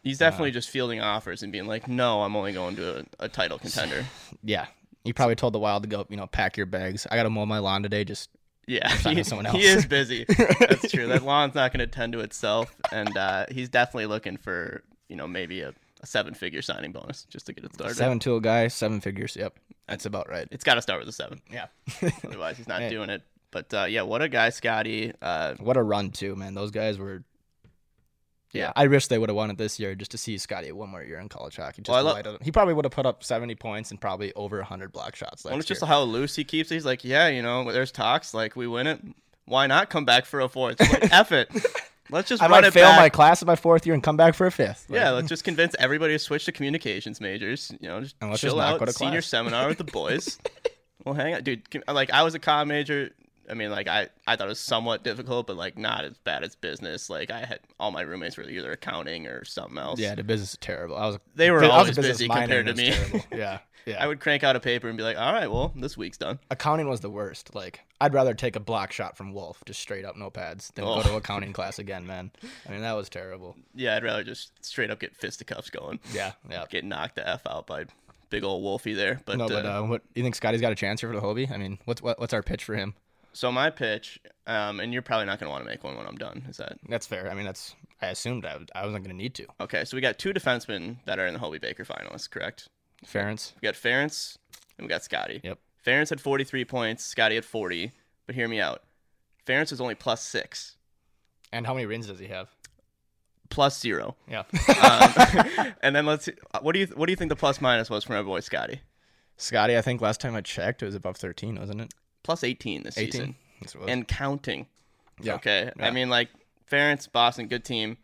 S1: He's definitely just fielding offers and being like, no, I'm only going to a, a title contender.
S3: Yeah. He probably told the Wild to go. You know, pack your bags. I gotta mow my lawn today. Just
S1: Yeah,
S3: signing
S1: he,
S3: someone
S1: he
S3: else.
S1: is busy. That's true. That lawn's not going to tend to itself, and uh, he's definitely looking for you know maybe a, a seven-figure signing bonus just to get it started.
S3: seven tool guy, seven figures. Yep. That's about right.
S1: It's got to start with a seven,
S3: Yeah.
S1: otherwise he's not
S3: Hey.
S1: doing it. But uh, yeah, what a guy, Scotty. Uh,
S3: What a run too, man. Those guys were.
S1: Yeah.
S3: I wish they would have won it this year just to see Scotty one more year in college hockey. Just
S1: Well, I lo-
S3: light it up. he probably would have put up seventy points and probably over hundred block shots.
S1: Well,
S3: Last
S1: it's just
S3: year.
S1: how loose he keeps it. He's like, yeah, you know, there's talks, like we win it. Why not come back for a fourth? It's Like, F it. Let's just
S3: I
S1: run
S3: might
S1: it
S3: fail
S1: back.
S3: my class in my fourth year and come back for a fifth. Like,
S1: yeah, let's just convince everybody to switch to communications majors. You know, just
S3: And let's just
S1: chill
S3: not
S1: out.
S3: go to
S1: senior
S3: class.
S1: seminar with the boys. well, hang on, dude. com- Like I was a com major. I mean, like I, I thought it was somewhat difficult, but like not as bad as business. Like I had all my roommates were either accounting or something else.
S3: Yeah, the business is terrible. I was
S1: They were
S3: I was a
S1: always
S3: business
S1: busy
S3: minor and
S1: compared to
S3: it was
S1: me.
S3: terrible. yeah, yeah.
S1: I would crank out a paper and be like, all right, well, this week's done.
S3: accounting was the worst. Like I'd rather take a block shot from Wolf, just straight up no pads, than
S1: Oh.
S3: go to accounting class again, man. I mean that was terrible.
S1: Yeah, I'd rather just straight up get fisticuffs going.
S3: Yeah, yeah.
S1: get knocked the f out by big old Wolfie there. But,
S3: no, but
S1: uh,
S3: uh, what you think Scotty's got a chance here for the Hobie? I mean, what's what, what's our pitch for him?
S1: so my pitch, um, and you're probably not gonna want to make one when I'm done. Is that
S3: That's fair. I mean, that's I assumed I, I wasn't going to need to.
S1: okay? So we got two defensemen that are in the Hobie Baker finalists, correct?
S3: Ference.
S1: We got Ference and we got Scotty.
S3: Yep.
S1: Ference had 43 points. Scotty had 40. But hear me out. Ference was only plus six,
S3: And how many rings does he have?
S1: plus zero.
S3: Yeah.
S1: Um, and then let's. What do you What do you think the plus minus was from our boy Scotty?
S3: Scotty, I think last time I checked, it was above 13, wasn't it?
S1: Plus 18 this
S3: 18?
S1: season
S3: That's what it was.
S1: and counting.
S3: yeah.
S1: Okay.
S3: Yeah.
S1: I mean, like Ference, Boston, good team,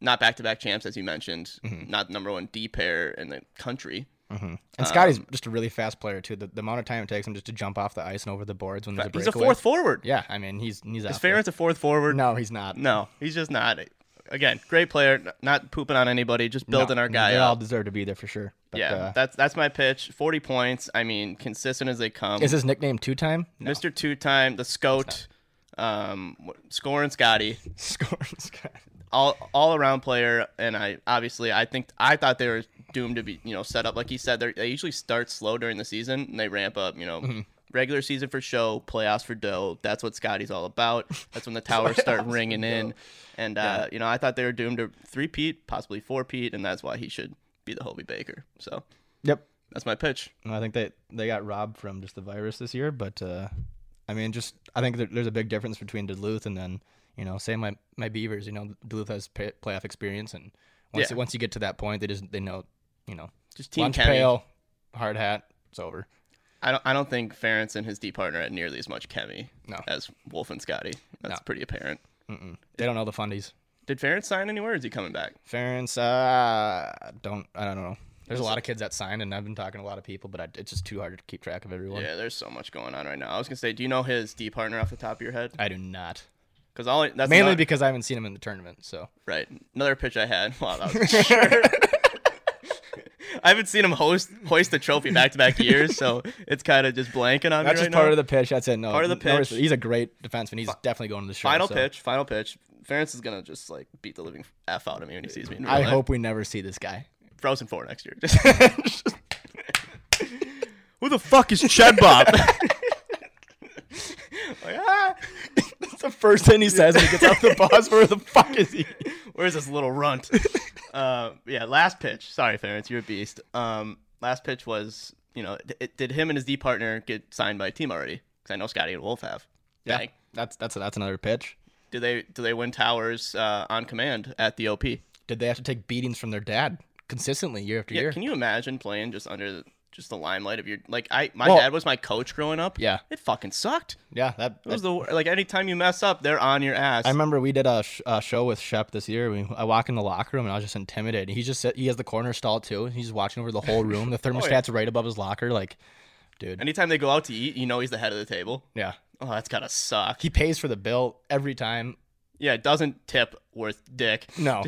S1: not back to back champs as you mentioned,
S3: Mm-hmm.
S1: not the number one D pair in the country.
S3: And Scotty's just a really fast player, too. The, the amount of time it takes him just to jump off the ice and over the boards when there's a
S1: He's
S3: breakaway.
S1: a fourth forward.
S3: Yeah, I mean, he's he's
S1: Is
S3: out there.
S1: Ference a fourth forward?
S3: No, he's not.
S1: No, he's just not. Again, great player, n- not pooping on anybody, just
S3: No,
S1: building our guy
S3: They all
S1: up.
S3: deserve to be there for sure. But,
S1: yeah,
S3: Uh,
S1: that's that's my pitch. Forty points. I mean, consistent as they come.
S3: is his nickname two time?
S1: Mr. Two Time, the Scout, um, wh- scoring Scotty,
S3: Scoring Scotty.
S1: all all around player, and I obviously I think I thought they were doomed to be you know set up like he said. they're- They usually start slow during the season and they ramp up. You know,
S3: Mm-hmm.
S1: regular season for show, playoffs for dough. That's what Scotty's all about. That's when the towers
S3: Playoffs
S1: start
S3: for
S1: ringing in, and uh, you know I thought they were doomed to three peat, possibly four peat, and that's why he should be the Hobie Baker. So
S3: Yep.
S1: that's my pitch.
S3: And I think they they got robbed from just the virus this year, but uh, I mean, just I think there, there's a big difference between Duluth and then you know, say my my Beavers. You know, Duluth has pay, playoff experience, and once
S1: Yeah.
S3: once you get to that point, they just they know you know
S1: Just team
S3: lunch
S1: Kenny.
S3: pail, hard hat, it's over.
S1: I don't. I don't think Ference and his D partner had nearly as much chemmy
S3: No.
S1: as Wolf and Scotty. That's
S3: No.
S1: pretty apparent.
S3: Mm-mm. They don't know the fundies.
S1: Did Ference sign anywhere? Or is he coming back?
S3: Ference, uh, don't I don't know. There's a lot of kids that signed, and I've been talking to a lot of people, but I, it's just too hard to keep track of everyone.
S1: Yeah, there's so much going on right now. I was gonna say, do you know his D partner off the top of your head?
S3: I do not.
S1: Because all that's
S3: Mainly
S1: another,
S3: because I haven't seen him in the tournament. So
S1: right. Another pitch I had. Wow, that was I haven't seen him host hoist the trophy back to back years, so it's kind of just blanking on
S3: That's
S1: me
S3: just
S1: right
S3: part
S1: now.
S3: of the pitch. That's it. No,
S1: Part of the
S3: no worries.
S1: pitch.
S3: he's a great defenseman. He's definitely going to the show.
S1: final
S3: so
S1: pitch. Final pitch. Ference is gonna just like beat the living f out of me when he sees me. In real
S3: I
S1: life.
S3: hope we never see this guy.
S1: Frozen Four next year. Who the fuck is Chad Bob? like, ah,
S3: That's the first thing he says when he gets off the bus. Where the fuck is he?
S1: where's this little runt? Uh, yeah, last pitch. Sorry, Ference, you're a beast. Um, last pitch was, you know, d- it, did him and his D partner get signed by a team already? Because I know Scotty and Wolf have.
S3: Yeah,
S1: Dang.
S3: that's that's that's another pitch.
S1: Do they do they win towers uh, on command at the OP?
S3: Did they have to take beatings from their dad consistently year after
S1: Yeah,
S3: year?
S1: can you imagine playing just under the, just the limelight of your like I my
S3: Well-
S1: dad was my coach growing up.
S3: Yeah.
S1: It fucking sucked.
S3: yeah, that.
S1: It was the wor- like anytime you mess up, they're on your ass.
S3: I remember we did a, sh- a show with Shep this year. We, I walk in the locker room and I was just intimidated. He's just sit- he has the corner stall too. He's watching over the whole room.
S1: Oh,
S3: The thermostat's right above his locker. Like, dude,
S1: anytime they go out to eat, you know he's the head of the table.
S3: yeah,
S1: Oh, that's gotta suck.
S3: he pays for the bill every time.
S1: Yeah, it doesn't tip worth dick.
S3: No,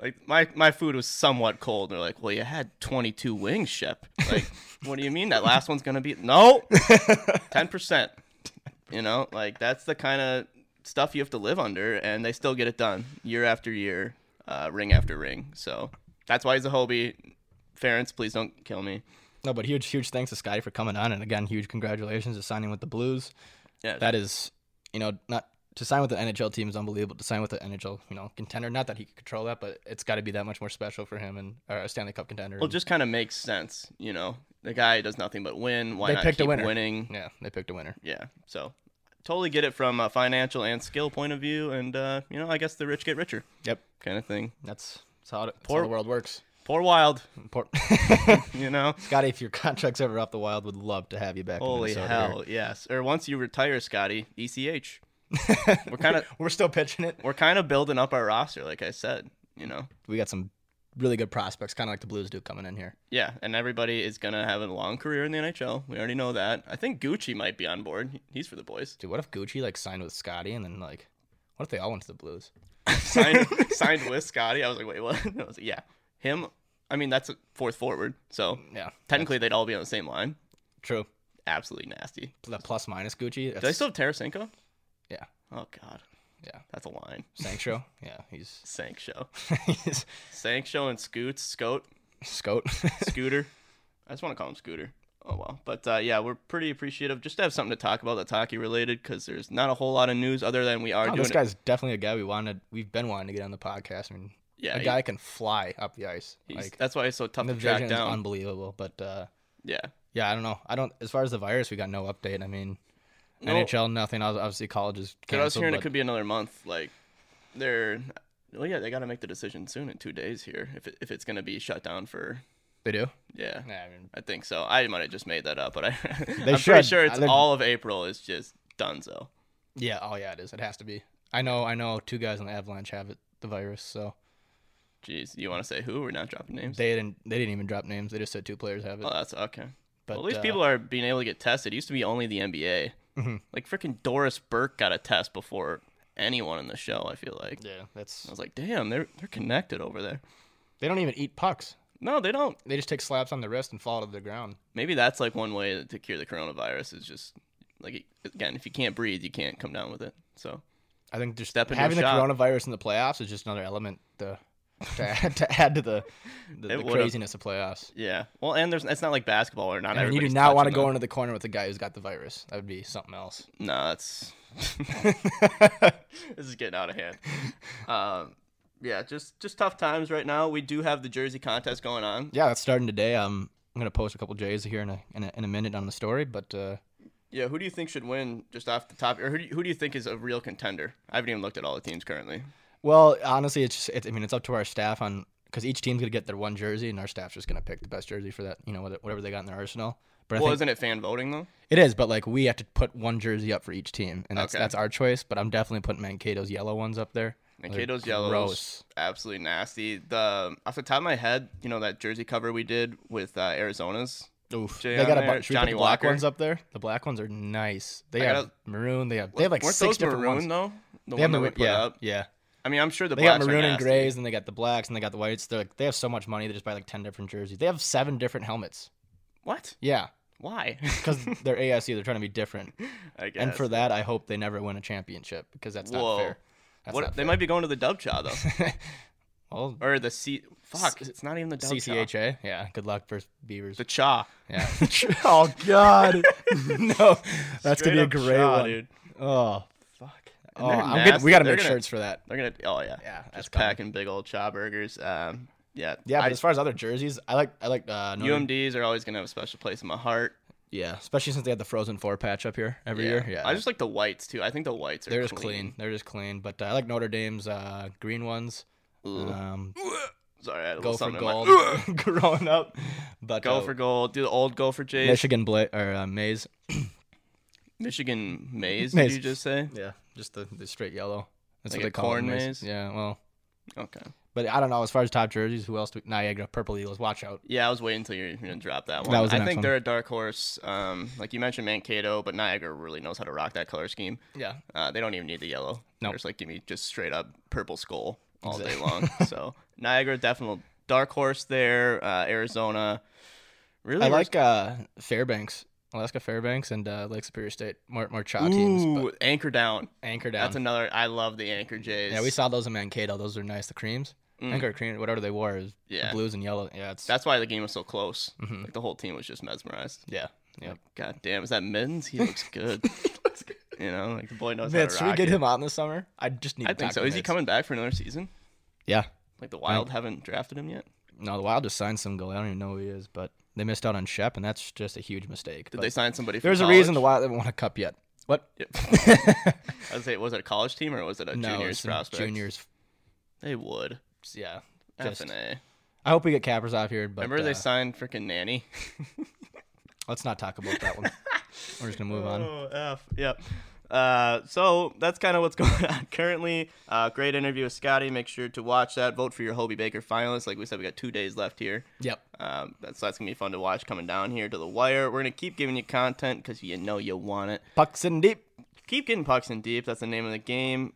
S1: Like my my food was somewhat cold. They're like, well, you had 22 wings, Shep. Like, what do you mean that last one's gonna be no? Ten percent. You know, like that's the kind of stuff you have to live under, and they still get it done year after year, uh, ring after ring. So that's why he's a Hobie. Ference, please don't kill me.
S3: No, but huge, huge thanks to Scotty for coming on, and again, huge congratulations to signing with the Blues.
S1: Yeah,
S3: That is, you know, not to sign with the NHL team is unbelievable. To sign with the NHL, you know, contender. Not that he could control that, but it's got to be that much more special for him and or a Stanley Cup contender.
S1: Well,
S3: and-
S1: it just kind of makes sense, you know. The guy does nothing but win. Why
S3: They
S1: not
S3: picked a
S1: keep
S3: winner.
S1: winning?
S3: yeah, they picked a winner.
S1: Yeah. So, totally get it from a financial and skill point of view, and uh, you know, I guess the rich get richer,
S3: Yep,
S1: kind of thing.
S3: that's, that's how, it, that's
S1: Poor-
S3: how the world works.
S1: Poor Wild,
S3: Poor-
S1: you know.
S3: Scotty, if your contract's ever up, the Wild would love to have you back. in
S1: Holy
S3: Minnesota
S1: hell,
S3: here.
S1: yes. Or once you retire, Scotty, ECH. we're kind of
S3: We're still pitching it.
S1: we're kind of building up our roster, like I said, you know.
S3: We got some really good prospects, kind of like the Blues do coming in here.
S1: Yeah, and everybody is gonna have a long career in the NHL. We already know that. I think Gucci might be on board. He's for the boys.
S3: Dude, what if Gucci like signed with Scotty and then like, what if they all went to the Blues?
S1: signed signed with Scotty. I was like, wait, what? I was like, yeah, him. I mean, that's a fourth forward, so
S3: Yeah,
S1: technically they'd all be on the same line.
S3: true.
S1: Absolutely nasty.
S3: the plus minus Gucci.
S1: Do they still have Tarasenko?
S3: Yeah.
S1: Oh God.
S3: Yeah.
S1: That's a line.
S3: Sancho? Yeah, he's
S1: Sank show.
S3: he's
S1: Sank show and Scoots, Scout,
S3: Scout.
S1: Scooter. I just want to call him Scooter. Oh well, but uh, yeah, we're pretty appreciative just to have something to talk about that's hockey related because there's not a whole lot of news other than we are
S3: Oh,
S1: doing.
S3: this guy's definitely a guy we wanted. We've been wanting to get on the podcast. I mean,
S1: yeah,
S3: a
S1: he-
S3: guy can fly up the ice.
S1: he's-
S3: Like
S1: that's why it's so tough
S3: the
S1: to track
S3: vision is
S1: down.
S3: unbelievable. But uh,
S1: yeah,
S3: yeah, I don't know. I don't. As far as the virus, we got no update. I mean,
S1: No.
S3: NHL, nothing. Ob- Obviously, college is
S1: Dude, I was
S3: canceled.
S1: hearing it
S3: but
S1: could be another month. Like, they're well, yeah, they got to make the decision soon in two days here if it, if it's gonna be shut down for
S3: They do.
S1: Yeah,
S3: Yeah, I mean,
S1: I think so. I might have just made that up, but I,
S3: They
S1: I'm
S3: should.
S1: pretty sure it's
S3: They're-
S1: all of April is just Dunzo.
S3: yeah. Oh yeah, it is. It has to be. I know. I know. Two guys on the Avalanche have it, the virus. So
S1: Jeez, you want to say who? We're not dropping names.
S3: they didn't. They didn't even drop names. They just said two players have it.
S1: Oh, that's okay.
S3: but
S1: well, at least
S3: uh,
S1: people are being able to get tested. It used to be only the NBA.
S3: Mhm.
S1: Like freaking Doris Burke got a test before anyone in the show. I feel like
S3: Yeah, that's.
S1: I was like, damn, they're they're connected over there.
S3: They don't even eat pucks.
S1: No, they don't.
S3: They just take slaps on the wrist and fall to the ground.
S1: Maybe that's like one way to cure the coronavirus is just like again, if you can't breathe, you can't come down with it. So
S3: I think just
S1: Step into
S3: having the
S1: a shot.
S3: coronavirus in the playoffs is just another element to to add to, add to the the,
S1: It
S3: the
S1: would've-
S3: craziness of playoffs.
S1: yeah. Well, and there's it's not like basketball or not.
S3: I mean, you do
S1: everybody's
S3: not want to
S1: touching
S3: go
S1: them.
S3: into the corner with the guy who's got the virus. That would be something else.
S1: No, that's this is getting out of hand. Um, yeah, just just tough times right now. We do have the jersey contest going on.
S3: yeah, that's starting today. Um, I'm gonna post a couple J's here in a, in a in a minute on the story, but uh,
S1: Yeah, who do you think should win just off the top? Or who do you, who do you think is a real contender? I haven't even looked at all the teams currently.
S3: well, honestly, it's, just, it's I mean, it's up to our staff on because each team's gonna get their one jersey, and our staff's just gonna pick the best jersey for that, you know, whatever- whatever they got in their arsenal. But I
S1: Well,
S3: think
S1: isn't it fan voting though?
S3: it is, but like we have to put one jersey up for each team, and that's
S1: Okay.
S3: that's our choice. But I'm definitely putting Mankato's yellow ones up there. They're
S1: Mankato's yellows.
S3: gross.
S1: Absolutely nasty. The off the top of my head, you know that jersey cover we did with uh, Arizona's.
S3: Oof.
S1: Jay
S3: they
S1: on
S3: got a
S1: there,
S3: bunch. Should we put
S1: Johnny
S3: the black
S1: Walker.
S3: ones up there? The black ones are nice. They
S1: I
S3: have
S1: gotta-
S3: maroon. They have they have like
S1: Weren't
S3: six
S1: those
S3: different
S1: maroon
S3: ones.
S1: though? The
S3: They have
S1: one that we
S3: maroon-
S1: put
S3: yeah,
S1: up.
S3: yeah.
S1: I mean, I'm sure the
S3: They got
S1: blacks are
S3: maroon and
S1: nasty.
S3: grays, and they got the blacks, and they got the whites. They're like they have so much money they just buy like ten different jerseys. They have seven different helmets.
S1: What?
S3: Yeah,
S1: Why?
S3: because they're ASU. They're trying to be different.
S1: I guess.
S3: And for that, I hope they never win a championship because that's
S1: Whoa.
S3: not fair. That's
S1: what
S3: not
S1: they
S3: fair.
S1: might be going to the dub cha though,
S3: well,
S1: or the C. Fuck,
S3: S-
S1: it's not even the dub cha.
S3: CCHA. Yeah. Good luck for Beavers.
S1: The cha.
S3: Yeah. oh God. no, that's
S1: Straight
S3: gonna
S1: up
S3: be a great
S1: cha,
S3: one.
S1: dude.
S3: Oh,
S1: Fuck.
S3: oh I'm good. We gotta make
S1: sure
S3: shirts for that.
S1: They're gonna. Oh yeah.
S3: Yeah, that's
S1: Just
S3: coming.
S1: packing big old cha burgers. Um. Yeah.
S3: Yeah, but
S1: I-
S3: as far as other jerseys, I like I like uh, Notre-
S1: UMDs are always gonna have a special place in my heart.
S3: Yeah, especially since they had the Frozen Four patch up here every year. Yeah,
S1: I just like the whites too. I think the whites are.
S3: they're just clean. They're just clean. But uh, I like Notre Dame's uh, green ones.
S1: Ooh.
S3: Um,
S1: Sorry, I had a
S3: go
S1: little something.
S3: for gold.
S1: In my...
S3: growing up, but
S1: Go
S3: uh,
S1: for gold. Do the old go for Jays.
S3: Michigan bla- or uh, maize.
S1: Michigan maize.
S3: Maize.
S1: Did you just say?
S3: Yeah, just the, the straight yellow. That's
S1: Like
S3: what
S1: a
S3: they call
S1: corn
S3: it,
S1: maze?
S3: Yeah, well,
S1: Okay.
S3: but I don't know. As far as top jerseys, who else? Do, Niagara Purple Eagles. Watch out.
S1: Yeah, I was waiting until you're gonna drop that one.
S3: That was the
S1: I
S3: next
S1: think
S3: one.
S1: they're a dark horse. Um, like you mentioned, Mankato, but Niagara really knows how to rock that color scheme.
S3: Yeah,
S1: Uh, they don't even need the yellow.
S3: No.
S1: They're just like give me just straight up purple skull all day
S3: Exact-
S1: long. so Niagara definitely dark horse there. Uh, Arizona, really
S3: I like uh, Fairbanks, Alaska Fairbanks, and uh, Lake Superior State. More more chow teams.
S1: Ooh,
S3: But
S1: anchor down.
S3: anchor down.
S1: That's another. I love the anchor Jays.
S3: Yeah, we saw those in Mankato. Those are nice. The creams,
S1: Mm.
S3: anchor cream, whatever they wore, is
S1: Yeah.
S3: blues and yellow. Yeah, it's
S1: That's why the game was so close.
S3: Mhm.
S1: Like the whole team was just mesmerized.
S3: yeah. Yep.
S1: Like, God damn, is that Mittens? He looks good. you know, like the boy knows how
S3: Mitch,
S1: to
S3: should we
S1: rock
S3: get
S1: it.
S3: him on this summer? I just need.
S1: I
S3: to
S1: think
S3: talk
S1: so.
S3: to
S1: Is he
S3: Mitch.
S1: coming back for another season?
S3: Yeah.
S1: Like the Wild haven't drafted him yet.
S3: No, the Wild just signed some goalie. I don't even know who he is, but they missed out on Shep, and that's just a huge mistake.
S1: Did
S3: But
S1: they sign somebody? From
S3: there's a
S1: college?
S3: reason the Wild haven't won a cup yet. What?
S1: I was say, was it a college team or was it a
S3: no,
S1: juniors
S3: it's the
S1: prospect?
S3: juniors.
S1: They would.
S3: Yeah.
S1: F
S3: Just,
S1: and A.
S3: I hope we get Cappers off here, but
S1: Remember
S3: uh,
S1: they signed freaking Nanny.
S3: let's not talk about that one. We're just gonna move on.
S1: Oh, F. Yep. Uh, so that's kind of what's going on currently. Uh, great interview with Scotty. Make sure to watch that. Vote for your Hobie Baker finalist. Like we said, we got two days left here.
S3: Yep.
S1: Um, that's that's gonna be fun to watch coming down here to the wire. We're gonna keep giving you content because you know you want it.
S3: Pucks in deep.
S1: Keep getting pucks in deep. That's the name of the game.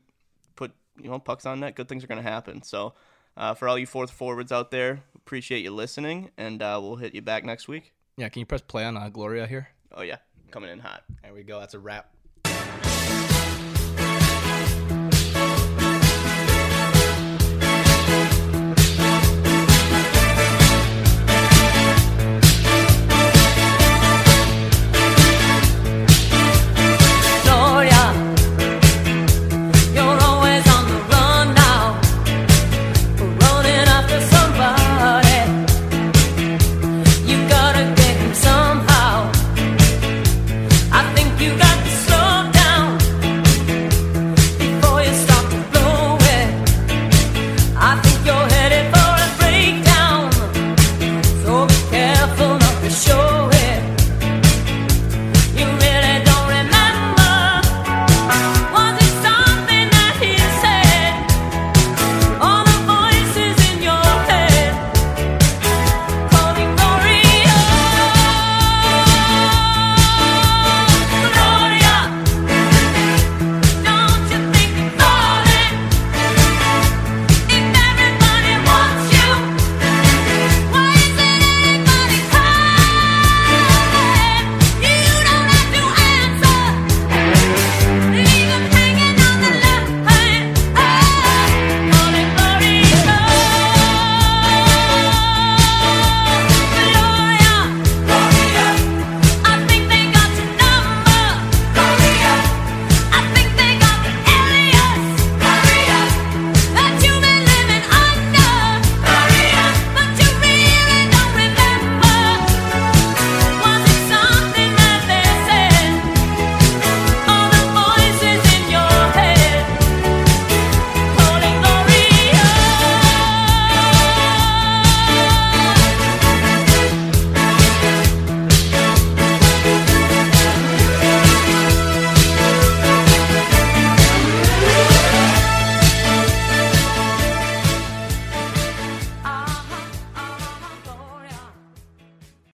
S1: Put you know pucks on net. Good things are gonna happen. So uh, for all you fourth forwards out there, appreciate you listening, and uh, we'll hit you back next week.
S3: Yeah. Can you press play on uh, Gloria here?
S1: Oh yeah, coming in hot.
S3: There we go. That's a wrap.